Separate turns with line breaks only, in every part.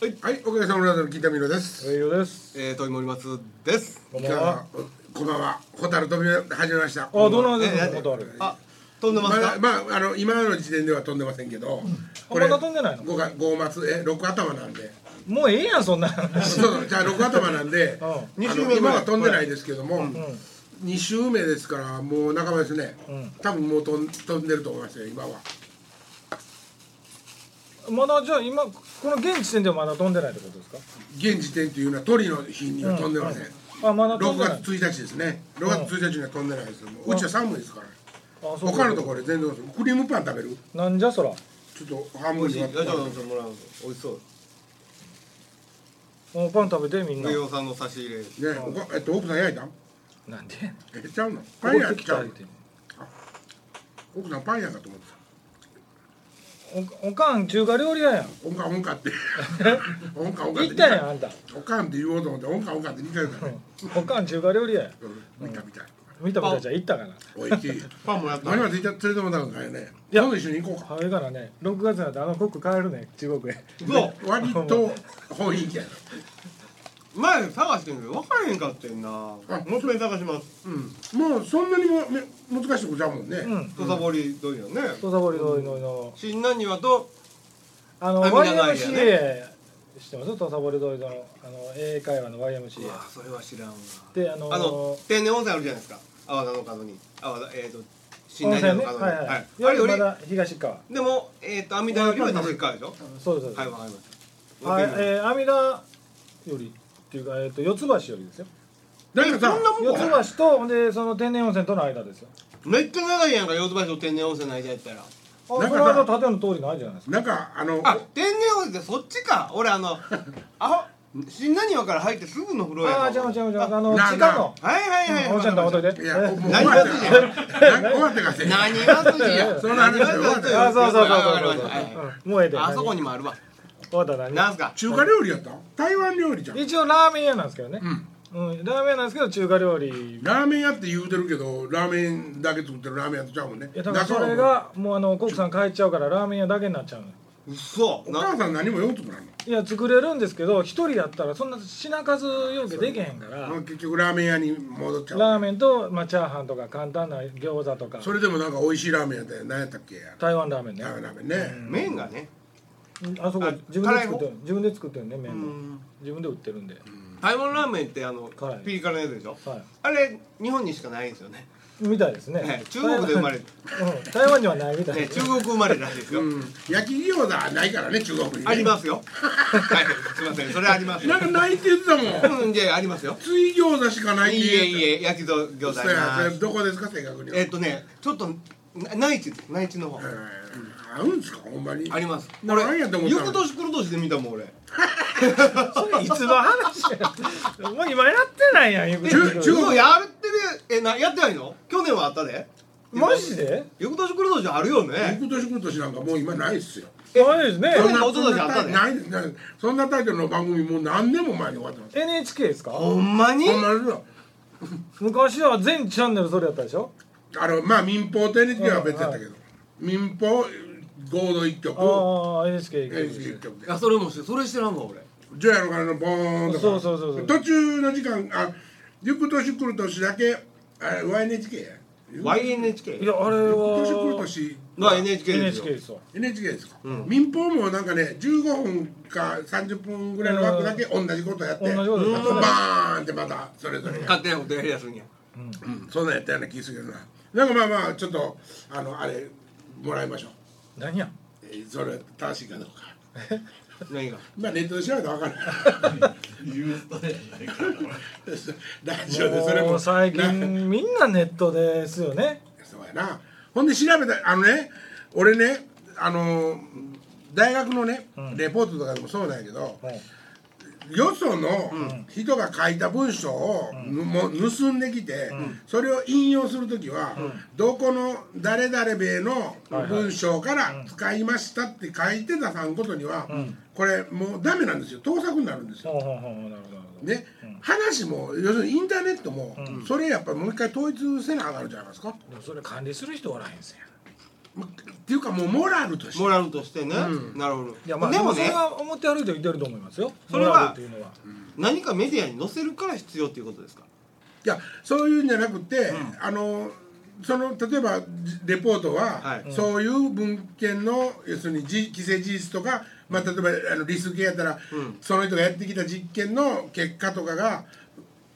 はい、はい、おかげさまでの金田美濃です。
栄養です。
えー、と森松です。
こんば
今
ん
日
は
は。、こんばんは、蛍飛び始めました。あ、
あ、どうなんで
え
す
え
か。ことある。あ、
あ、飛んでま
ますだ、
か。
まあ、あの、今の時点では飛んでませんけど。
まだ飛んでないの。
五が、五末、え、六頭なんで。
もうええやん、そんな。
そうそう、じゃあ、六頭なんで。あ
う
二週
の
目
今は
は
飛んでないですけども。
ん
二週目ですから、もう仲間ですね。
ん
多分もう飛ん、飛んでると思いますよ、今は。
ん。まだじゃあ今この現時点ではまだ飛んでないってことです
現時点というのは、鳥の日には飛んでません。
か。あ、まだ飛
六
んでない。
月一日ですね。六月一日には飛んでないですよ。もううちは寒いですから。
あ、そう
他のと
か。
ころで全然飛んでないクリームパン食べる。
なんじゃそら。
ちょっと半
美
分
味し
に
い。
割
あ
っ
じゃあ
て
ちょっともらうぞ。美味しそう。
もうパン食べてみんな
上。尾さんの差し入れ。
ねおかえっと奥さん焼いたん
なんで？
えちゃうのパンやっ
き
ちゃ
た
うの奥さんパンやかと思ってた
おおかん中華料理屋やん。
おんかおんかっておんかおんかって
行ったやんあんた。
おかんって言おうと思っておんかおんかって2回言うからね
おかん中華料理屋やん。
うん見た見た
見た見たじゃ行ったかな。
おいしい
パンもやった。
何までいた連れてもらったんかよね
いや
今度一緒に行こうか
早いからね、6月になってあのコック帰るね、中国へ。
そう。
割と本意気やな
前探してんけど分からへんかってんな。もう一遍探します。
うんもうそんなにもめ難しいとこじゃんもんね
うん。
土佐堀どういうのね。
土佐堀ののの
新南庭と
あの
あみんなない
YMCA 知ってます土佐堀通りのあの英会話の YMCA
うわそれは知らんわ。
であのー、
あの天然温泉あるじゃないですか。阿波田の角に。阿波田えっと新
温
南
泉
庭の
ね
角に。
はいはい、
はい。あれ
より
より
まだ東側
でもえっと阿弥陀よりは多分近いでしょ。
そうですそうです
はいわかりました。
はい、
わかりまし
えー、阿弥陀よりっていうか、えー、と四つ橋よりですよ
なんかさ
そんなもん
四つ橋とほんでその天然温泉との間ですよ
ためっちゃ長いやんか四つ橋と天然温泉の間やったら。
あそ
なんか
の間建物通りないじゃないですか
なんかあの
あ、天然温泉ってそっちか。俺あ の、あ、新何話から入ってすぐの風呂やん。
ああー違う違う違うあの
なあ
地下の
はいはいはい。
うんおうちゃんと置いといて
いやもう終わ
何
っ
が
たよ
筋
なんか終わったかせ
や。何が筋や。
その話は終わった
え
よ
あーそうそうそうそうそう
わかりましたは
うんもうええで
あそこにもあるわ。
終わった何
なんすか。
中華料理やったん台湾料理じゃん
一応ラーメン屋なんですけどね
うん
うん、ラーメン屋なんですけど中華料理
ラーメン屋って言うてるけどラーメンだけ作ってるラーメン屋とちゃうもんね
いやだからそれがもうあのコックさん帰っちゃうからラーメン屋だけになっちゃうの
嘘。
お
な
母さん何も用途なの
いや作れるんですけど一人やったらそんな品数要件できへんから
結局ラーメン屋に戻っちゃう
ラーメンと、まあ、チャーハンとか簡単な餃子とか
それでもなんか美味しいラーメン屋で何やったっけラ
台湾ラーメンね
ーメンラーメンね、
麺がね。
あそこ
あ
自分で作ってる自分で作ってるね
う
麺も
ん
自分で売ってるんで、
台湾ラーメンってあの
辛い
ピリ辛のやつでしょ。
は
あれ日本にしかないんですよね。
いみたいですね、
ね中国で生まれ、ね
台湾,、うん、台湾にはないみたいです、
中国生まれなんですよ
う。ん、焼き餃子はないからね中国にね
ありますよ。はい。すみません。それありますよ
なん。かないって言ってたもん
うんじゃあありますよ。
水餃子しかない
い
っ
い
て
え
言
い
っ
いえ焼き餃子
て
あ
た
り
や
ま
それ
す
どこですか正確には
えっとねちょっとな内地です内地の方
えー合うんですかほんまに
あります
な
俺
なんやと思ったの
翌年来る年で見たもん俺
そ れいつの 話やもう今やってないやんよく
中中国
もうやってるえなやってないの去年はあったで
マジで
翌年来る年あるよね
今年今年なんかもう今ないっすよ
マジですね
え
そんな
おととしあった
そん
ね
なないですないですそんなタイトルの番組もう何年も前に終わってます
NHK ですか
ほんまに
ほんまですよ
昔は全チャンネルそれやったでしょ
あのまあ民放と NHK は別やったけど、民放合同一曲
ああ NHK 行く
NHK 一曲で
いやそれもしそれ知らんわ俺
ジョヤの鐘のボーンとか
そうそうそうそう
途中の時間あ翌年来る年だけあ YNHK や
YNHK
いやあれ
翌年来る
は
年
の NHK です
NHK
よ
ですわ
NHK ですか、民放もなんかね15分か30分ぐらいの枠だけ同じことやって
同じことです
バーンってまたそれぞれが、
勝手なことやりやすいんや
うんそんなんやったような気するけどななんかまあまあちょっとあのあれもらいましょう、
何や
えーそれ正しいかどうか
何が
まあネットで調べたら分からないラジオでそれ
も
も
う最
な
近みんなネットですよね
そうやなほんで調べたあのね俺ねあのー大学のね、レポートとかでもそうなんやけど、
はい
よその人が書いた文章をぬも盗んできて、それを引用する時は、どこの誰々米の文章から使いましたって書いて出さんことには、これもうダメなんですよ盗作になるんですよ
ほうほうほうなるほどなるほ
ね、話も要するにインターネットも、それやっぱりもう一回統一せなあかんのじゃないですか、
どでもそれ管理する人おらへんすや
っていうかもうモラルとして
モラルとしてね、なるほど
いやまあ
で
で
も
もそ
ね
れは表歩いてはいてると思いますよ
それ
モラル
は
っていうのは
何かメディアに載せるから必要っていうことですか
いやそういうんじゃなくて、あのその例えばじレポートは、
はい
そういう文献の要するにじ既成事実とか、まあ、例えばあのリス系やったら、その人がやってきた実験の結果とかが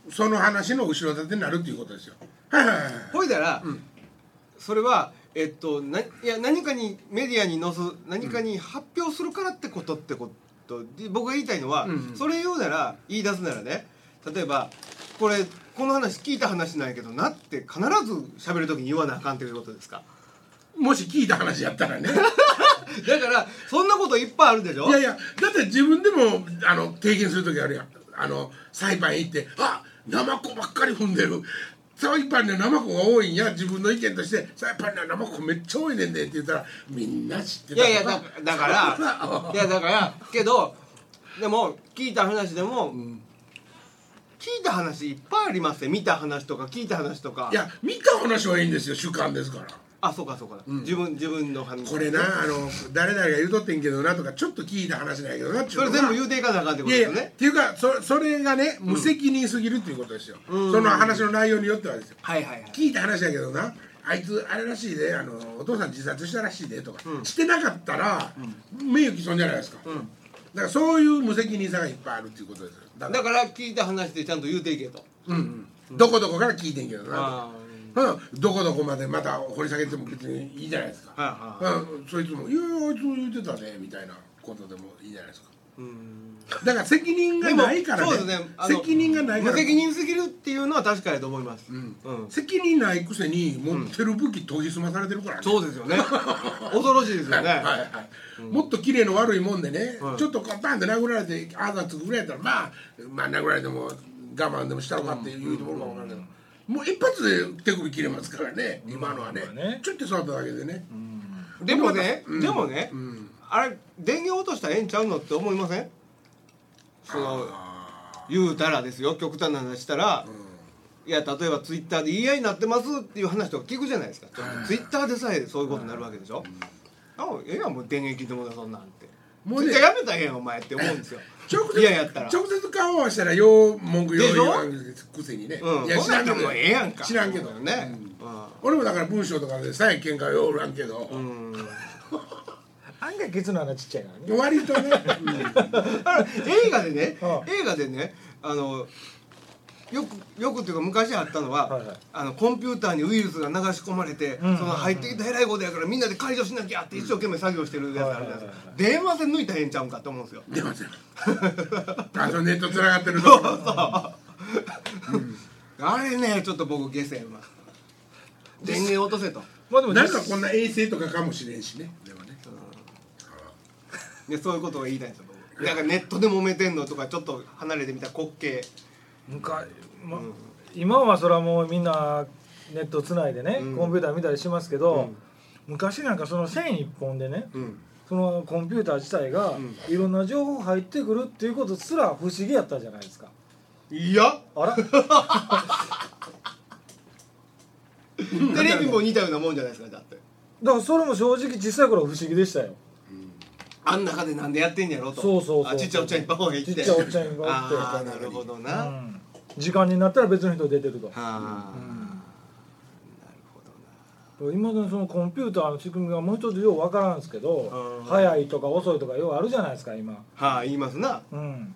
その話の後ろ盾になるっていうことですよ。はいはいはいはい
ほいだら、それはえっとないや何かにメディアに載す何かに発表するからってことってことで僕が言いたいのは、それ言うなら言い出すならね例えばこれこの話聞いた話なんやけどなって必ず喋る時に言わなあかんということですか
もし聞いた話やったらね
だからそんなこといっぱいあるでしょ
いやいやだって自分でもあの経験する時あるやんあのサイパン行ってあナマコばっかり踏んでるサイパンにはナマコが多いんや自分の意見としてサイパンにはナマコめっちゃ多いねんでって言ったらみんな知って
い
た
やいやだだか らいやだからけどでも聞いた話でも、聞いた話いっぱいありますね見た話とか聞いた話とか
いや見た話はいいんですよ主観ですから
あそうかそうか、自分自分の話
これなあの誰々が言うとってんけどなとかちょっと聞いた話なんやけどな
それ全部
う
言うていかなあかんってこ
い
と
や
で
い
す
や
よ
っ
ね
ていうかそそれがね無責任すぎるっていうことですよ、その話の内容によってはですよ
はいはいはい
聞いた話やけどなあいつあれらしいであのお父さん自殺したらしいでとか、してなかったら、名誉毀損じゃないですか、だからそういう無責任さがいっぱいあるっていうことですよだか
だ
ら
から聞いた話でちゃんと言うていけと
うんうん、どこどこから聞いてんけどな、
あ
うん、どこどこまでまた掘り下げても別にいいじゃないですか、
あはいはい
うん、そいつも「いやあいつも言ってたね」みたいなことでもいいじゃないですか
うん
だから責任がないからね
でもそうですねあの
責任がないから
無責任すぎるっていうのは確かやと思いますうん、
責任ないくせに持ってる武器研ぎ澄まされてるからね、
そうですよね恐ろしいですよね、
はいはいもっと綺麗の悪いもんでね、
はい
ちょっとこうバンって殴られてああだつくぐらいやったらまあまあ殴られても我慢でもしたのかっていうところか分からんけど、もう一発で手首切れますからね今のはね,、
まあね
ちょっと触っただけでね、
でもね、でもね、あれ電源落としたらええんちゃうのって思いませんその言うたらですよ極端な話したら、いや例えばツイッターで言い合いになってますっていう話とか聞くじゃないですか、ツイッターでさえそういうことになるわけでしょ、あええやんもう電源切ってもだそんなんって
も
も
う
う
ね
ツイッターやめたらええやんお前って思うんですよ
直接
いややったら
直接顔合わせたらよう文句よう
でしょ
言わんくせにね、
うん
いや
こん
知
な
ら
ん
ん
で
け
も
ど
ええやんか
知らんけど
ね、
俺もだから文章とかでさえ喧嘩ようおらんけど、
うんうん
案外ケツの穴ちっちゃいからね
割とね、
あ映画でね、
う
映画でねあのよくよくっていうか昔あったのは、
はいはい
あのコンピューターにウイルスが流し込まれて、
ん
その入ってきた偉いことやからみんなで解除しなきゃって一生懸命作業してるやつあるじゃないですか、電話線抜いたらええんちゃうんかと思うんですよ。
出ませんあそのネットつながってるところ
あれねちょっと僕下世ます電源落とせと
まあでも
なんかこんな衛星とかかもしれんしねでもね
でそういうことを言いたいんですよ僕なんかネットで揉めてんのとかちょっと離れてみたら滑稽
昔、ま今はそれはもうみんなネットつないでね、
うん
コンピューター見たりしますけど、昔なんかその線一本でね、
ん
そのコンピューター自体が
ん
いろんな情報入ってくるっていうことすら不思議やったじゃないですか
いや
あら
テレビも似たようなもんじゃないですかだって
だからそれも正直小さい頃は不思議でしたよ
あん中でなんでやってんやろと
そうそうそう
あちっちゃいおっちゃんいっぱいがいて
ちっちゃいおっちゃんいっぱいおって
ああなるほどな、は
うん時間になったら別の人出てると
あ、
今のそのコンピューターの仕組みがもう一つようわからんですけ
うん
ど早いとか遅いとかようあるじゃないですか今
はあ言いますな
うん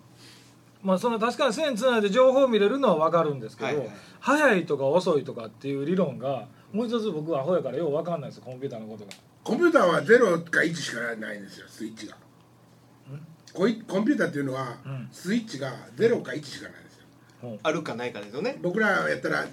まあその確かに線つないで情報を見れるのはわかるんですけど、
はいはい
早いとか遅いとかっていう理論がもう一つ僕はアホやからようわかんないですコンピューターのことが
コンピューターは0か1しかないんですよスイッチがこいコンピューターっていうのは、
うん
スイッチが0か1しかないんですよ
あるかないかですよね
僕らやったら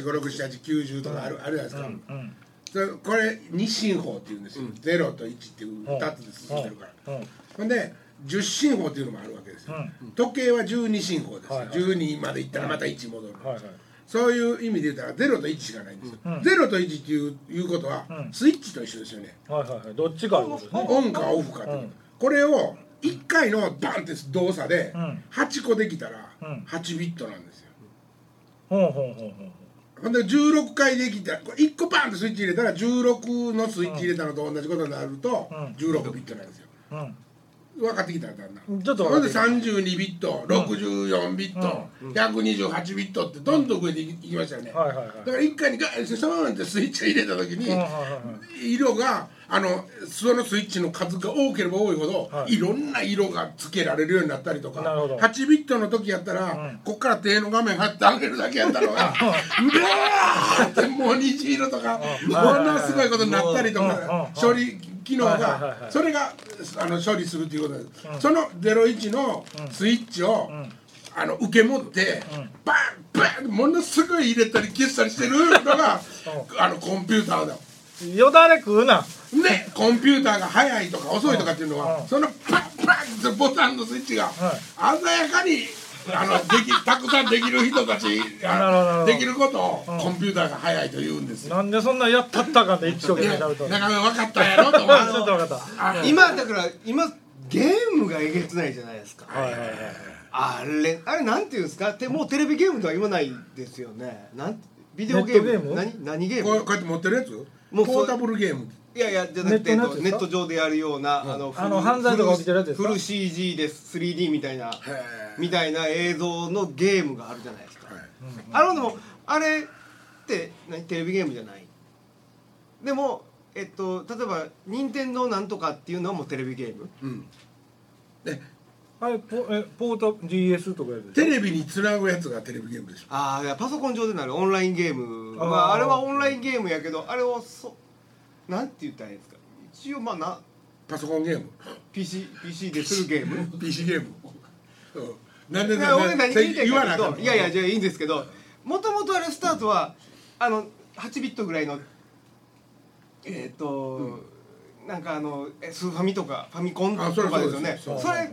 012356789とかある,、あるじゃないですか、
うん
それこれ二進法っていうんですよ、0と1っていう2つで進んでるから、
うんうん
ほんで10進法っていうのもあるわけですよ、
う
時計は12進法ですよ、
はいはい
12までいったらまた1戻る、
はいはい
そういう意味で言ったら0と1しかないんですよ、
うん
ゼロ0と1っていういうことは、
うん
スイッチと一緒ですよね
はいはいはいどっちかいうことですね
オンかオフかってこと、
うん
これを1回のバンって動作で
うん
8個できたら
うん
8ビットなんですよ、
ほうほうほうほう
ほんで16回できたこれ1個バンとスイッチ入れたら16のスイッチ入れたのと同じことになると
うん
16ビットなんですよ
うん
分かってきたらだんだん
ちょっと
ほん
分か
で
ってきた
32ビット64ビット128ビットってどんどん増えていきましたよね
はいはいはい
だから1回にガーッてそのままってスイッチを入れた時に
うんはいはいは
色があのそのスイッチの数が多ければ多いほど、
はい
い、ろんな色がつけられるようになったりとか
なるほど
8ビットの時やったら、こっから手の画面貼ってあげるだけやったのがうわーってもう虹色とかものすごいことになったりとか
うん
処理機能
はいはいはいは
が
い
それがあの処理するっていうことです、その01のスイッチを、あの受け持って、バンバンものすごい入れたり消したりしてるのがあのコンピューターだ
いよだれ食うな
ね、コンピューターが速いとか遅いとかっていうのは、
うん
そのパッパッってボタンのスイッチが、鮮やかにあのできたくさんできる人たち
なるほどなる
あ
ほど
できることを、コンピューターが速いと言うんですよ。
なんでそんなやったったかんで一生
い
懸
や
命
だ
食べとる
から分かったんやろと思
ちょっと
う。
分かった
あ
今だから今ゲームがえげつないじゃないですか
はいはいはい
あれあれなんていうんですかてもうテレビゲームとは言わないですよねなんてビデオゲーム
ネットゲーム
何何ゲー
こう
ム
こうやって持ってるやつ
もうそう
ポータブルゲーム
いやいやじゃなくてえっ
ネットのや
と
つです
ネ
か
ット上でやるような、あのフル
あの犯罪とか起きてるやつですか
フル CG です 3D みたいなみたいな映像のゲームがあるじゃないですか、
はい
あのでもあれって何テレビゲームじゃないでもえっと例えば任天堂なんとかっていうのはもうテレビゲーム
うん、で
あれポえポータ DS とかやる
テ
でし
レビにつなぐやつがテレビゲームでしょ
ああいやパソコン上でなるオンラインゲーム
あー
まあ、あれはオンラインゲームやけどあれをそなんて言ったらいいんですか一応まあな
パソコンゲーム
PC, PC でするゲーム
PC ゲーム、うん、なんで
いや俺
なん
何
で
言いたい
言わ
か
なあ
と
か
い
ん
うと
の
いやいやじゃあいいんですけどもともとあれスタートはあの8ビットぐらいのえっ、と、なんかあのえスーファミとかファミコン
あ
と
それ
かですよね
そ
そう
で
れ
す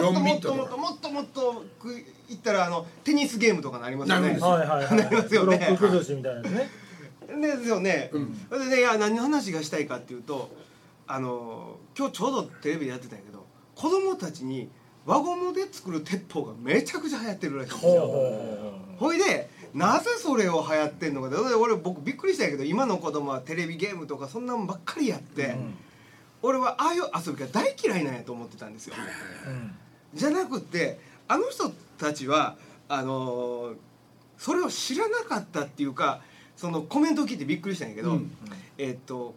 そ
もっ
うそう
ともっとも
4ビッ
っ
ト
ともっともっとくいったらあのテニスゲームとかになりますよ
なる
ね
んです
ょはいはいはい
なりますよ
ブロ
ね
ック崩しみたいなやつね
ですよね、それでねいや何の話がしたいかっていうとあの今日ちょうどテレビでやってたんやけど子供たちに輪ゴムで作る鉄砲がめちゃくちゃ流行ってるらしいんです
ほう
よほいでなぜそれを流行ってんのかで俺僕びっくりしたんやけど今の子供はテレビゲームとかそんなんばっかりやって、俺はああいう遊びが大嫌いなんやと思ってたんですよじゃなくてあの人たちはあのーそれを知らなかったっていうかそのコメントを聞いてびっくりしたんやけど、えっと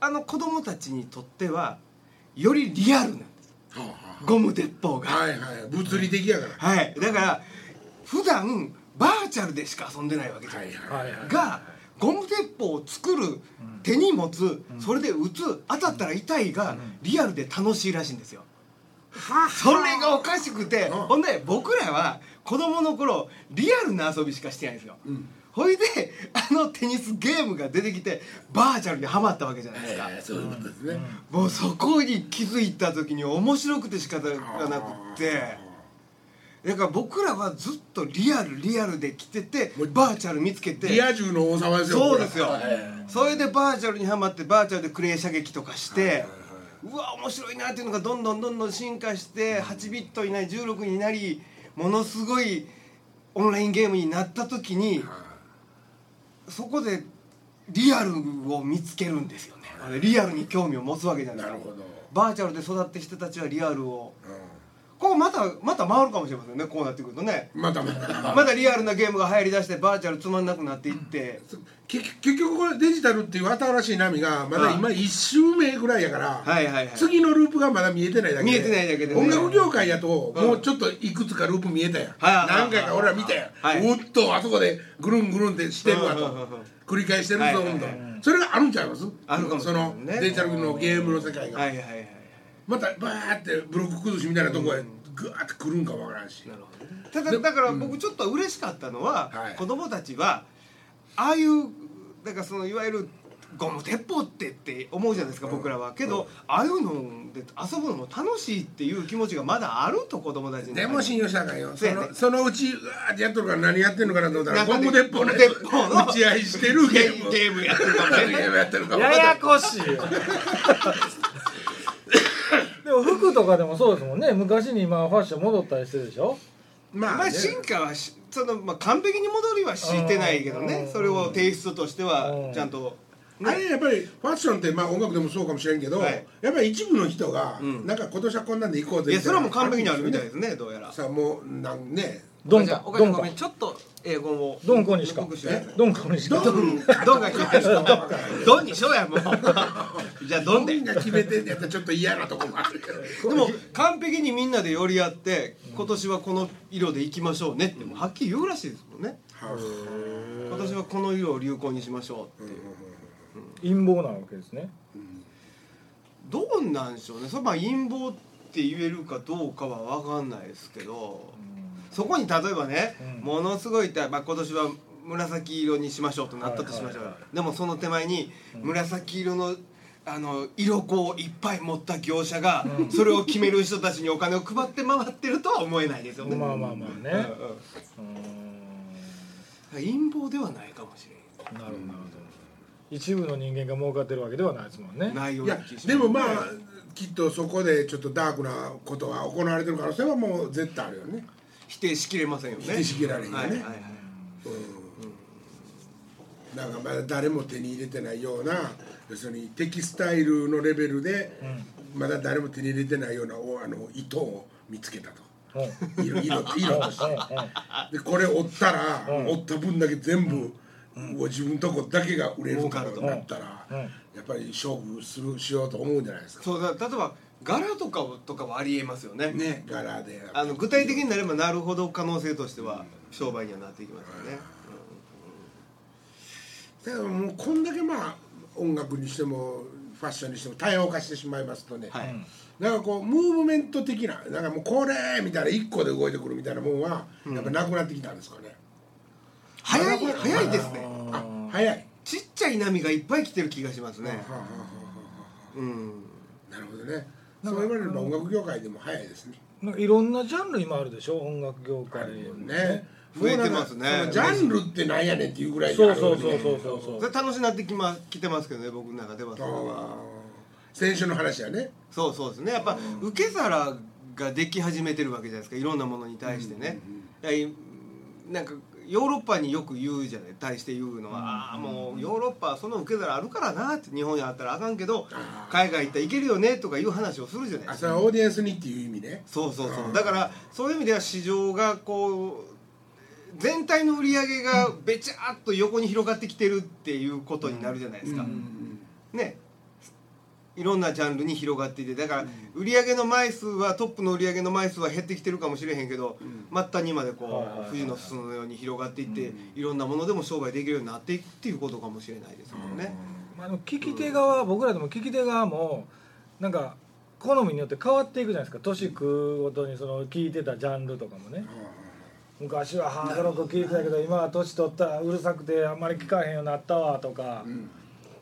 あの子供たちにとってはよりリアルなんです
はあはあ
ゴム鉄砲が。
はいはい物理的やから
はい、だから普段バーチャルでしか遊んでないわけじゃないですか、
はいはい
がゴム鉄砲を作る手に持つ、それで撃つ当たったら痛いが、リアルで楽しいらしいんですよ、それがおかしくて、
ん
ほんで僕らは子供の頃リアルな遊びしかしてないんですよ、ほいであのテニスゲームが出てきてバーチャルにはまったわけじゃないですか、
そういうことですね、
もうそこに気づいた時に面白くて仕方がなくてだから僕らはずっとリアルリアルで来ててバーチャル見つけて
リア充の王様ですよ
そうですよ
はい
それでバーチャルにはまってバーチャルでクレー射撃とかしてうわ面白いなっていうのがどんどんどんどん進化して8ビットになり16になりものすごいオンラインゲームになった時にそこでリアルを見つけるんですよねあれリアルに興味を持つわけじゃない
な
ですか
るほど、
バーチャルで育って人たちはリアルを
う
こうまたまた回るかもしれませんねこうなってくるとね
ん、またまた
まだリアルなゲームが流行りだしてバーチャルつまんなくなっていって
結結局これデジタルっていう新しい波がまだ今
は
1周目ぐらいやから、
はいはいはい
次のループがまだ見えてないだけで
見えてないだけでね
音楽業界やともうちょっといくつかループ見えたやん、
はいはい
何回か俺ら見たやん、
はいう
っとあそこでぐるんぐるんってしてるわと、
うんうんうんうん
繰り返してるぞ、
はい
ほ
はいはい
んとそれがあるんちゃいます
あるかもしれないね
そのデジタルのゲームの世界が、
はいはいはい
またバーってブロック崩しみたいなとこへグワーってくるんかわからんし、
なるほどねただだから僕ちょっと嬉しかったのは、
はい
子供たちはああいうだからそのいわゆるゴム鉄砲ってって思うじゃないですか僕らはけど、ああいうので遊ぶのも楽しいっていう気持ちがまだあると子供たちに
でも信用したらあかんよそ
そうやね
のそのうちうわーってやっとるから何やってんのかなと思ったら
中
ゴ
で
ム鉄砲のや
ゴ
つ
ム鉄砲の
打ち合いしてるゲーム
ゲームやってるかもしれない
ゲームやってるかも
やや こしいよでも服とかでもそうですもんね昔に今ファッション戻ったりしてるでしょ
ま
ま
あ
あ
ね
進化はしその、まあ、完璧に戻りはしてないけど
う
ね
ん
それを提出として
う
は
ん
ちゃんと
あれやっぱりファッションってまあ音楽でもそうかもしれんけど、
はい
やっぱり一部の人が
ん
なんか今年はこんなんで行こうぜ
いや
み
そ
たいな
れはもう完璧にあるみたい
で
ですねどうやら
さあもうなんね
ドン
じゃ
カ
あ
ド
岡田
ン
ごめ
カ
んちょっと英語を
ドンコにしか
報告して
ドンコにしか
ドン
ドンが決めたドンにしようやもうじゃあドンで
みんな決めてんねやったらちょっと嫌なとこもあるけど
でも完璧にみんなで寄り合って今年はこの色でいきましょうねってもうはっきり言うらしいですもんね今年はこの色を流行にしましょうっていう
陰謀なわけですね
どうなんでしょうねそれはまあ陰謀って言えるかどうかは分かんないですけどそこに例えばね、
うん
ものすごいた、まあ、今年は紫色にしましょうとなったとしましょう、
はいはいは
でもその手前に紫色のあの色粉をいっぱい持った業者が、それを決める人たちにお金を配って回ってるとは思えないですよね。
まあまあまあね
うんうん
う
陰謀ではないかもしれ
ーんなるほどなるほど一部の人間が儲かってるわけではないですもんね
ない内容
いやでもまあきっとそこでちょっとダークなことが行われてる可能性はもう絶対あるよね
否定しきれませんよね
否定しきれないよね
はいはいはい
なんかまだ誰も手に入れてないような要するにテキスタイルのレベルでまだ誰も手に入れてないようなおあの糸を見つけたと
うんう
色
ん
色と色としてでこれ折ったら折った分だけ全部を自分とこだけが売れるとかになったら
うん
やっぱり勝負するしようと思うんじゃないですか
そうだ例えば柄とかをとかはありえますよね
ね柄で
あの具体的になればなるほど可能性としては商売にはなっていきますよね、
だからもうこんだけまあ音楽にしてもファッションにしても多様化してしまいますとね、
はい
なんかこうムーブメント的ななんかもうこれみたいな一個で動いてくるみたいなもんはやっぱなくなってきたんですかね、
早い
まだこれ
早いですね
あ早い、
ちっちゃい波がいっぱい来てる気がしますね
はあはあは
うん
あなるほどねそう言われれば音楽業界でも早いですね
なんかいろんなジャンル今あるでしょ音楽業界も
ね
増えてますね
もうなんかそのジャンルってなんやねんっていうぐらいに
そ
あ
う
る
そ
よ
う
ね
そうそうそうそう
それ楽しなってきま来てますけどね僕の中ではそれは
あー先週の話やね
そうそうですねやっぱ受け皿ができ始めてるわけじゃないですかいろんなものに対してね、いやいなんかヨーロッパによく言うじゃない対して言うのは、ああもうヨーロッパはその受け皿あるからなって日本にあったらあかんけど海外行ったらいけるよねとかいう話をするじゃない
あ
です
そ
か
れはオーディエンスにっていう意味ね
そうそうそうだからそういう意味では市場がこう全体の売り上げがべちゃっと横に広がってきてるっていうことになるじゃないですか、ねいろんなジャンルに広がっていてだから売り上げの枚数はトップの売り上げの枚数は減ってきてるかもしれへんけど、末端にまで
はい
こ
はいは
う
い
富士の裾のように広がっていって、いろんなものでも商売できるようになっていくっていうことかもしれないですもんね。
まあ、でも聞き手側、僕らでも聞き手側もなんか好みによって変わっていくじゃないですか年食うごとにその聞いてたジャンルとかもね昔はハードロック聞いてたけど今は年取ったらうるさくてあんまり聞かへんようになったわとか、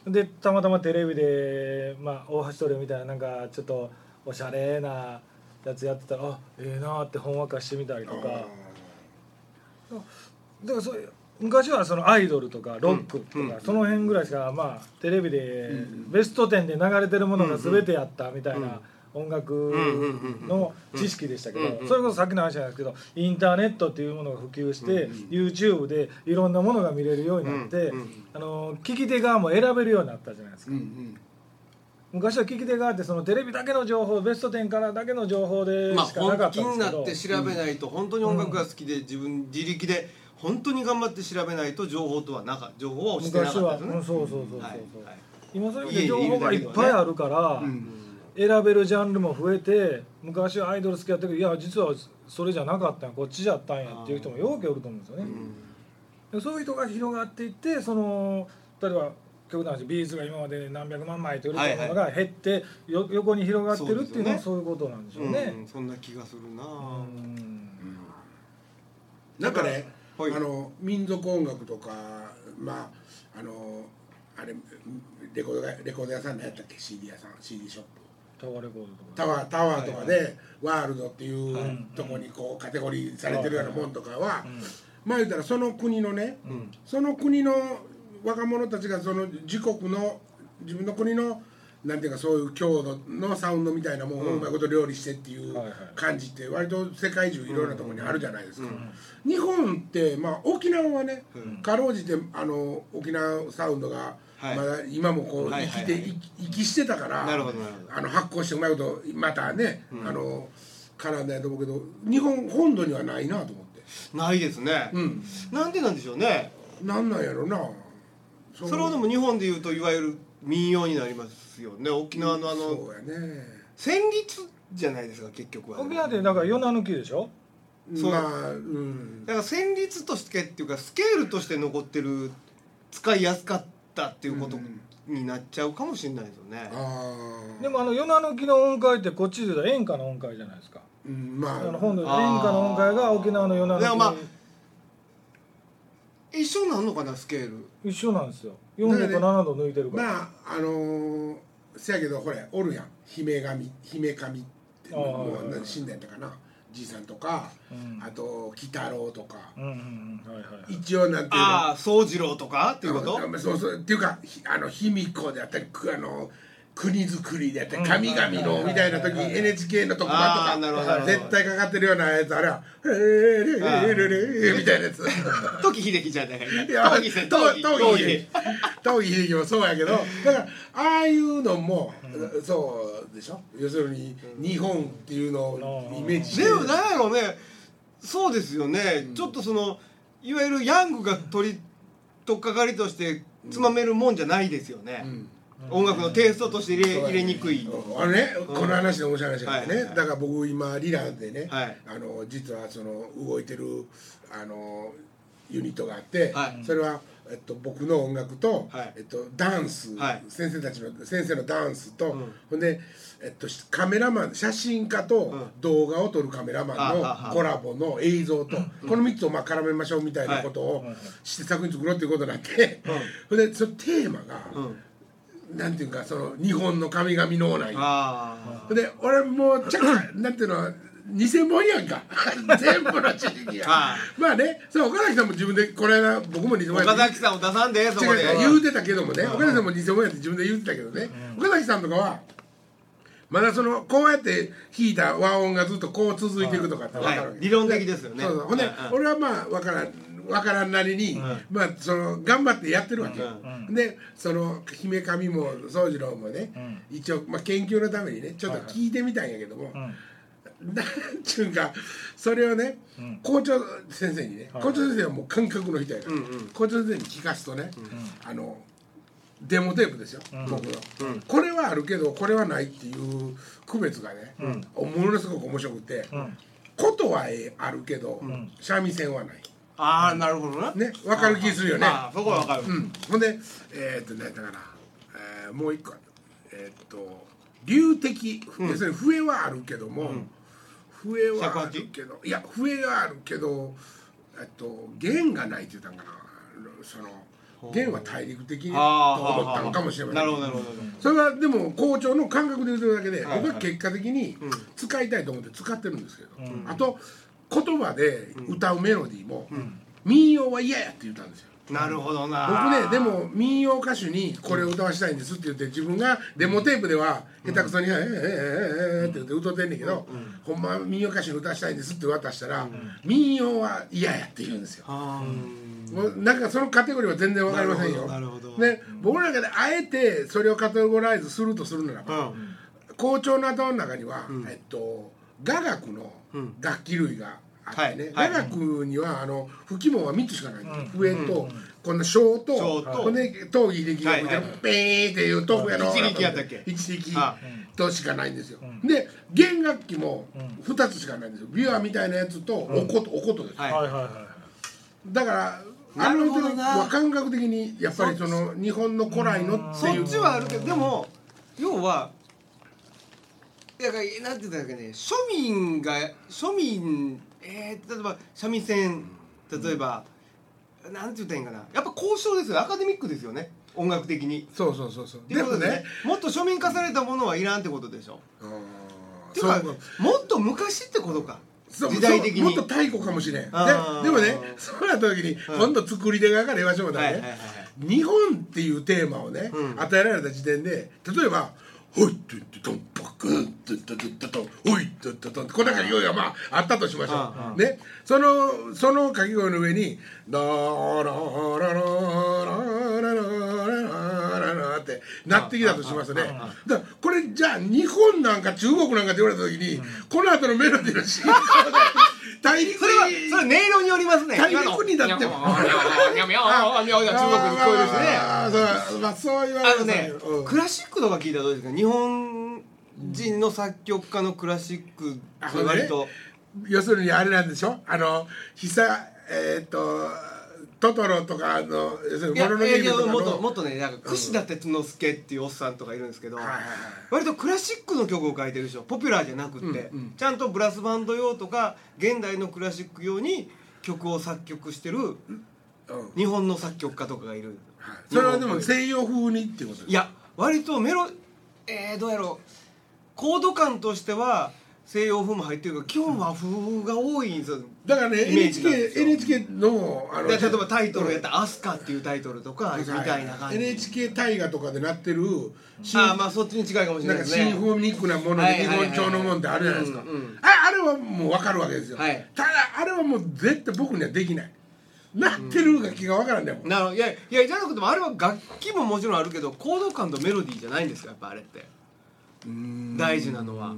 でたまたまテレビで、まあ、大橋トレみたいななんかちょっとおしゃれなやつやってたらあええなーってほんわかしてみたりとか。だからそういう昔はそのアイドルとかロックとか、
うんうん
その辺ぐらいしかまあテレビでベスト10で流れてるものが全てやったみたいな音楽の知識でしたけどそれこそさっきの話じゃないですけどインターネットっていうものが普及して YouTube でいろんなものが見れるようになって
うんうん
あの聞き手側も選べるようになったじゃないですか
うんう。ん
昔は聞き手側ってそのテレビだけの情報ベスト10からだけの情報で
まあ、
しかな
本
かっ
気
たん
に
で
な
すけど
って調べないと本当に音楽が好きで自分自力で本当に頑張って調べないと情報とはなか情報はしてな
昔
か
は
った
うん
ですね。
そうそうそうそう
はい
そう
はい
今そういう意味で情報がいっぱいあるから
ん
選べるジャンルも増えて昔はアイドル好きやったけどいや実はそれじゃなかったんやこっちじゃったんやっていう人もようけおると思うんですよね、でそういう人が広がっていってその例えば極端な話ビーズが今まで何百万枚と売れてたのが減って、よ横に広がってるっていうのはそういうことなんでしょうね。
うんそんな気がするな、
うん
なんかね、
はい
あの民族音楽とかまああのあれレコードがレコード屋さん何やったっけ CD 屋さん CD ショップ
タワーレコードとか
タワータワーとかで、ワールドっていう
はい
とこにこうカテゴリーされてるようなもんとかは、まあ言ったらその国のね、その国の若者たちがその自国の自分の国のなんていうかそういう強度のサウンドみたいなもんをうまいこと料理してっていう
はいはい
感じって割と世界中いろんなところにあるじゃないですか、日本って、まあ、沖縄はね、かろうじてあの沖縄サウンドが、
はい
まだ今もこう
はいは
生
い
き
はい
て、い生きしてたから
なるほどなるほ
あの発酵してうまいことまたね、あの絡んだやと思うけど日本本土にはないなと思って
ないですね、
うん
なんでなんでしょうね
なんなんやろな
それをでも日本でいうといわゆる民謡になりますよね沖縄のあの
そうやね
旋律じゃないですか結局は、
沖縄ってだから夜な抜きでしょ
そう
まあうん
だから旋律としてっていうかスケールとして残ってる使いやすかったっていうことになっちゃうかもしれないですよね、
ああ
でもあの夜な抜きの音階ってこっちで言うと演歌の音階じゃないですか
うんま
あ
あ
の本土で演歌の音階が沖縄の夜な
だからまあ
抜き
一緒なんのかなスケール
に一緒なんですよ4度と7度抜いてるから、
まああのー、せやけどほれおるやん姫神姫神って
あー
も
はいはいう
死んだやったかなじいさんとか、
ん
あと鬼太郎とか、
うんうんうんはいはいはい
一応なんていうの
ああ宗次郎とかっていうこと
あそうそうっていうかひあの卑弥呼であったりくあの国づくりであったり神々のみたいな時 NHK の特
あー
番
なる
と
ほどなる
か
ほど
絶対かかってるようなやつあれは「へーれーれーれーれー」みたいなやつ。
時秀樹じゃない
いや
時秀
東
樹
東儀東儀秀樹もそうやけどだからああいうのもそうでしょ要するに日本っていうのをイメージして
でもなんやろうねそうですよね、ちょっとそのいわゆるヤングが取り取っかかりとしてつまめるもんじゃないですよね、
ん
音楽のテイストとして入れ入れにくい、
あのね、この話で面白い話なんでね、
はいはいはい
だから僕今リラでね、
はい
あの実はその動いてるあのユニットがあって、
はい
それは、えっと、僕の音楽と、
はい
えっと、ダンス、
はい
先生たちの先生のダンスと、
ん
ほんで、えっと、カメラマン写真家と
ん
動画を撮るカメラマン
あは
の
は
コラボの映像と、この3つをまあ絡めましょうみたいなことをして作品作ろうっていうことになって、ほんでそのテーマが。
うん
なんていうかその日本の神々のない
あ
で俺もうちゃっなんていうの偽物やんか 全部の知識が
は
まあねそう岡崎さんも自分でこの間僕も偽
あ
物や
岡
って
崎さんを出さんでそこで
違う違う言うてたけどもね岡崎さんも偽物やって自分で言うてたけどね岡崎さんとかはまだそのこうやって弾いた和音がずっとこう続いていくとかって分かるわ
はい
け
理論的ですよね
そうそうほんで
うんうん
俺はまあ分からんわからんなりに、まあその頑張ってやってるわけ、
うん
でその姫神も宗次郎もね、一応、まあ、研究のためにねちょっと聞いてみたんやけども、なんちゅうんかそれをね、校長先生にね、校長先生はもう感覚の人やから、校長先生に聞かすとね、あのデモテープですよ、僕の、これはあるけどこれはないっていう区別がね、ものすごく面白くて、ことはええあるけど、三味線はない
ああなるほどな
ね分かる気するよね
ああそこは分かる、
うん、ほんでえー、っとねだから、えーもう一個あるえーっと流的、要するに笛はあるけども、笛はあるけどいや笛があるけどえっと弦がないって言ったんかなその弦は大陸的と
ああ
思ったのかもしれない
なるほどなるほど、
それはでも校長の感覚で言うてるだけで、
い
僕は結果的に使いたいと思って使ってるんですけど、あと言葉で歌うメロディーも、民謡は嫌やって言ったんですよ
なるほどな
僕ねでも民謡歌手にこれを歌わしたいんですって言って自分がデモテープでは下手くそに「えーえーえーえーって言って歌ってんねんけど、ほんまは民謡歌手に歌わしたいんですって渡したら、民謡は嫌やって言うんですよ、
あー
もうなんかそのカテゴリーは全然わかりませんよ
なるほどなるほど
ね、僕の中であえてそれをカテゴライズするとするならば、
うん
校長の頭の中には、えっと、雅楽の楽器類があってね、
はいはい
雅楽にはあの吹き物は3つしかない、笛と、こんな小と
小と
こんな陶器できる、
はいはい
ペーっていう豆腐屋の
一力やったっけ
一力
あ
としかないんですよ、で弦楽器も2つしかないんですよ琵琶みたいなやつとおことおことです、
はい
はいはいはい
だから
な
あ
る
の
ほどな
は感覚的にやっぱりその日本の古来のって
そ
いう
っちはあるけどでも要はいやなんて言うんだっけね庶民が庶民えー、例えば三味線例えば、なんて言ったらいいんかなやっぱ交渉ですよアカデミックですよね音楽的に。
そうそうそうそう
ってい
で
うこ
も
とで
ね
ねもっと庶民化されたものはいらんってことでしょ。
うん
っていうか
そう
もっと昔ってことか
そう
時代的に。
そうもっと太古かもしれんで
あー
でもねそうなった時に今度作り手側から言わしてもらったらね、
はいはいはい
日本っていうテーマをね、与えられた時点で例えばほいっとってとんぽくんとっとっととほいっとっととこれだからいよいよまああったとしましょうねそのその掛け声の上に「ラーラーララララララララ」ってなってきたとしますねだからこれじゃあ日本なんか中国なんかって言われた時にこの後のメロディーの進行で大陸
それは
に
それは音色によりますね
大陸にだって
に
も
ゃみゃーにゃみゃーにゃみゃー中国に聞こえるしね
あーそうまあそう言われ
あ
る
のね、
うん
クラシックとか聞いたらどうですか日本人の作曲家のクラシック
あ
それ割と、
要するにあれなんでしょあの久えっ、とトトロとかあの要する
い
に
や
もののけ
い
姫
や
とかの
もっともっとねなんか串田哲之助っていうおっさんとかいるんですけど、
はいはいはい
割とクラシックの曲を書いてるでしょポピュラーじゃなくって、
うんうん
ちゃんとブラスバンド用とか現代のクラシック用に曲を作曲してる
うん
日本の作曲家とかがいる、
はいそれはで
日
も
本
西洋風にっていうこと
いや割とメロえー、どうやろうコード感としては西洋風も入ってるけど基本和風が多いんですよ
だからね
イメージなんです
NHK,
よ
NHK のあの
で例えばタイトルやったら「アスカっていうタイトルとかみたいな感じ、
NHK 大河とかでなってる新
あーまあそっちに近いかもしれ
な
なんい
か
ですね
シンフォニックなもの
は
で
い
日
はいはい
本調のもんってあるじゃないですか、
うんうん
ああれはもう分かるわけですよ、
はい
ただあれはもう絶対僕にはできないなってる楽器が分からんだよ、
なるほどいやいやじゃなくてもあれは楽器ももちろんあるけどコード感とメロディーじゃないんですよやっぱあれって大事なのは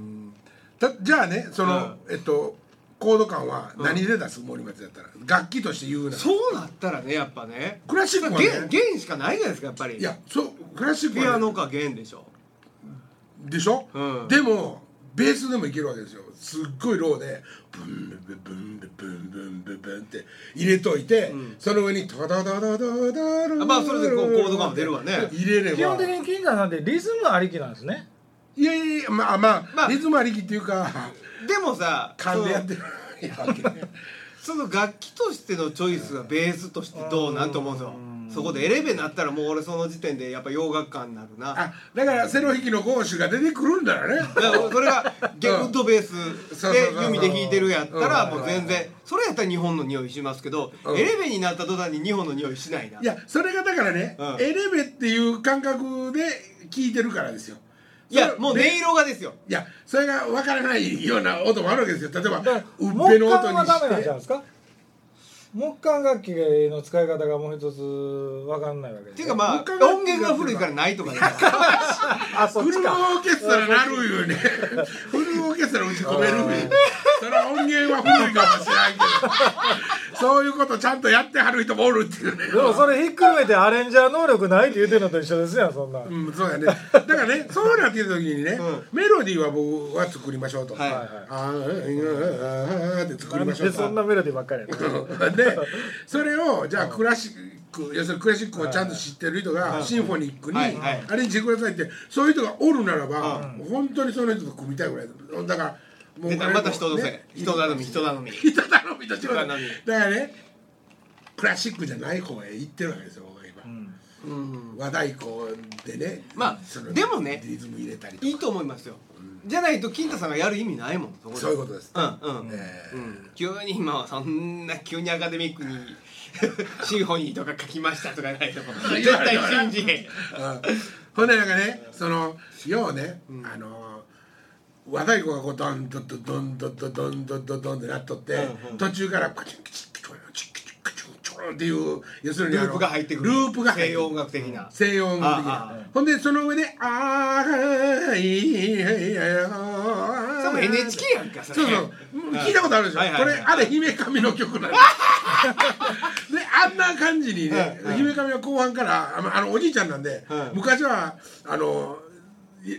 たじゃあねその、えっとコード感は何で出す森松だったら楽器として言うなら
そうなったらねやっぱね
クラシックはね
弦弦しかないじゃないですかやっぱり
いやそうクラシック
ピ
は
ア
ね、
ノか弦でしょ
でしょ、
うん
でもベースでもいけるわけですよすっごいローでブンブンブンブンブンブンブンブンって入れといて、その上にタダダダダダダ
あまあそれでこうコード感も出るわね
入れれば
基本的に金田さんってリズムありきなんですね
いやいやまあまあ、
まあ
リズムありきっていうか
でもさ
勘でやってるいやわけね
そのその楽器としてのチョイスがベースとしてどうなんと思うんですよそこでエレベになったらもう俺その時点でやっぱ洋楽感になるな
あだからセロ弾きのゴーシュが出てくるんだよね
だからそれがゲウッドベース
そうそう
で
そうそう
弓で弾いてるやったら
うん
もう全然それやったら日本の匂いしますけど
うん
エレベになった途端に日本の匂いしないない
やそれがだからね、
うん
エレベっていう感覚で聞いてるからですよ
いや
それ
もう音色がですよ
いやそれが分からないような音もあるわけですよ例えば
だから
うっ
木
ぺの音
管は
に
ダメなん
し
じゃな
て
いですか木管楽器の使い方がもう一つわかんないわけで
っ
す
て
よ
いうかまあ
僕は
音源が古いからないとかね
あそっ
フ
ち
ルオ
か
ーケストラなるいうねフルオーケストラ打ち込めるいうそれは音源は古いかもしれないけどそういうことちゃんとやってはる人もおるっていうね
でもそれひっくるめてアレンジャー能力ないって言うてるのと一緒ですやんそんな、
うん、そうやね。だか らね、そうなってる時にね、
ん
メロディーは僕は作りましょうと。
はいはい
あーあーって作りましょ
で
う
そ
と
ん。なメロディーばっかりやった
で、それをじゃあクラシック、要するにクラシックをちゃんと知ってる人がシンフォニックに
はいはい
アレンジしてくださいって、そういう人がおるならば、本当にその人と組みたいぐらいだ。だから、も
でまた人のせ
ね
人頼み人頼み
人頼みとしてだ
人
か
頼み
らね、クラシックじゃない方へ行ってるわけですよ、僕は今。和太鼓でね
まあ
その
でもね
リズム入れたりとか
いいと思いますよじゃないと金太さんがやる意味ないもんそこで
そういうことです
うんうん
えー
うん急に今はそんな急にアカデミックにシンフォニーとか書きましたとかないと思う絶対信じへん
うんほんでなんかねその要はね、あの和太鼓がこうドンドンドンドンドンドンドンドンドンドンってなっとって、途中からカチンカチンカチンカチンカチンカチンっていう要するに
ル
あの
ープが入ってくる
ループが入って
西洋音楽的な
西洋音楽的
あああ
なほんでその上で「あーいいいいいいいいいいいいい
それも NHK やんかそ
そ
れ
うそう聞いたことあるでしょ、
はいはい
こ
はい
れあれ姫神の 曲なんですであんな感じにね、姫神は後半からあのあのおじいちゃんなんで、
うん
昔はあのい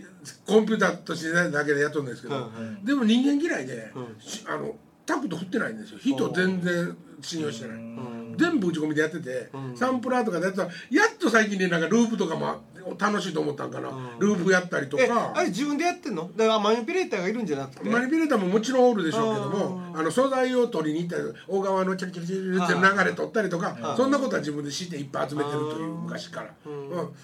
コンピューターとしてだけでやっとるんですけど、
うん
でも人間嫌いで、しあのタクト振ってないんですよ人全然信用してない、全部打ち込みでやってて、サンプラーとかでやってたらやっと最近ねなんかループとかも楽しいと思ったんかな、ループやったりと
え
か
あれ自分でやってんのだからマニピュレーターがいるんじゃなくて
マニピュレーターももちろんおるでしょうけどもあの素材を取りに行ったり大川のチャリチャリチャリチャリって流れ取ったりとかそんなことは自分でしていっぱい集めてるという昔から。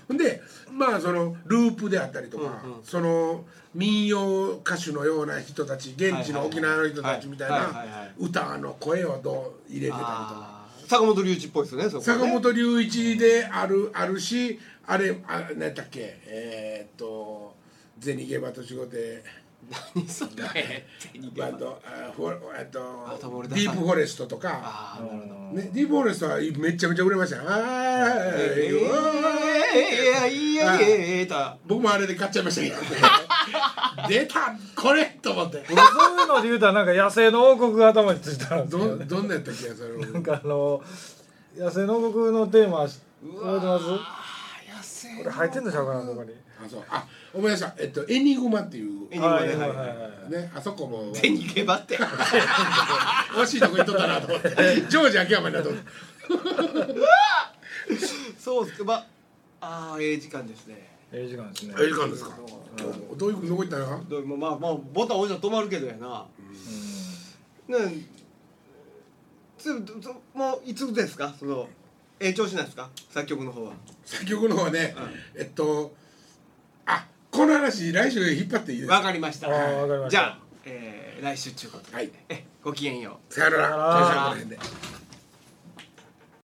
うん、でまあそのループであったりとか、その民謡歌手のような人たち現地の沖縄の人たちみたい
はいは
ない
はいはい
歌の声をどう入れてたりとか。
あー坂本龍一っぽいですよねそこはね
坂本龍一であるあるしあれあ何やったっけえーっと銭ゲバと仕事で
何それ
バンドあフォえっと
多分俺だ
ディープフォレストとか、
ああなるほど
ね、ディープフォレストはめちゃめちゃ売れましたよあー
え
えーうわ
ええええええええええええと
僕もあれで買っちゃいましたけど 出たこれと思って
俺そういうので言うたらなんか野生の王国が頭についたんです
ど
よ
んどんなやったっけそれ
なんかあの野生の王国のテーマ覚えてます
あ安い
これ入ってんのちゃうかなここに
あそうあ思い出したえっとエニグマっていう
エニグマ
はいはい
は
はいい
は
はいい
ねあそこも
手にけばって
惜しいとこ行っとったなと思ってジョージ秋山になと思って
そうですまああええ時間ですね
ええ時間ですね
え時間ですかどういうどこ行ったの
どうまあまあボタン押したら止まるけどやなねつつもういつですかそのええ調子なんですか作曲の方は
作曲の方はね、えっとあこの話来週引っ張っていいです
わ
か
かりました
あーわかりました
じゃあえー来週中国
はい
えごきげんよう
さよなら
さよなら
今週はこの辺で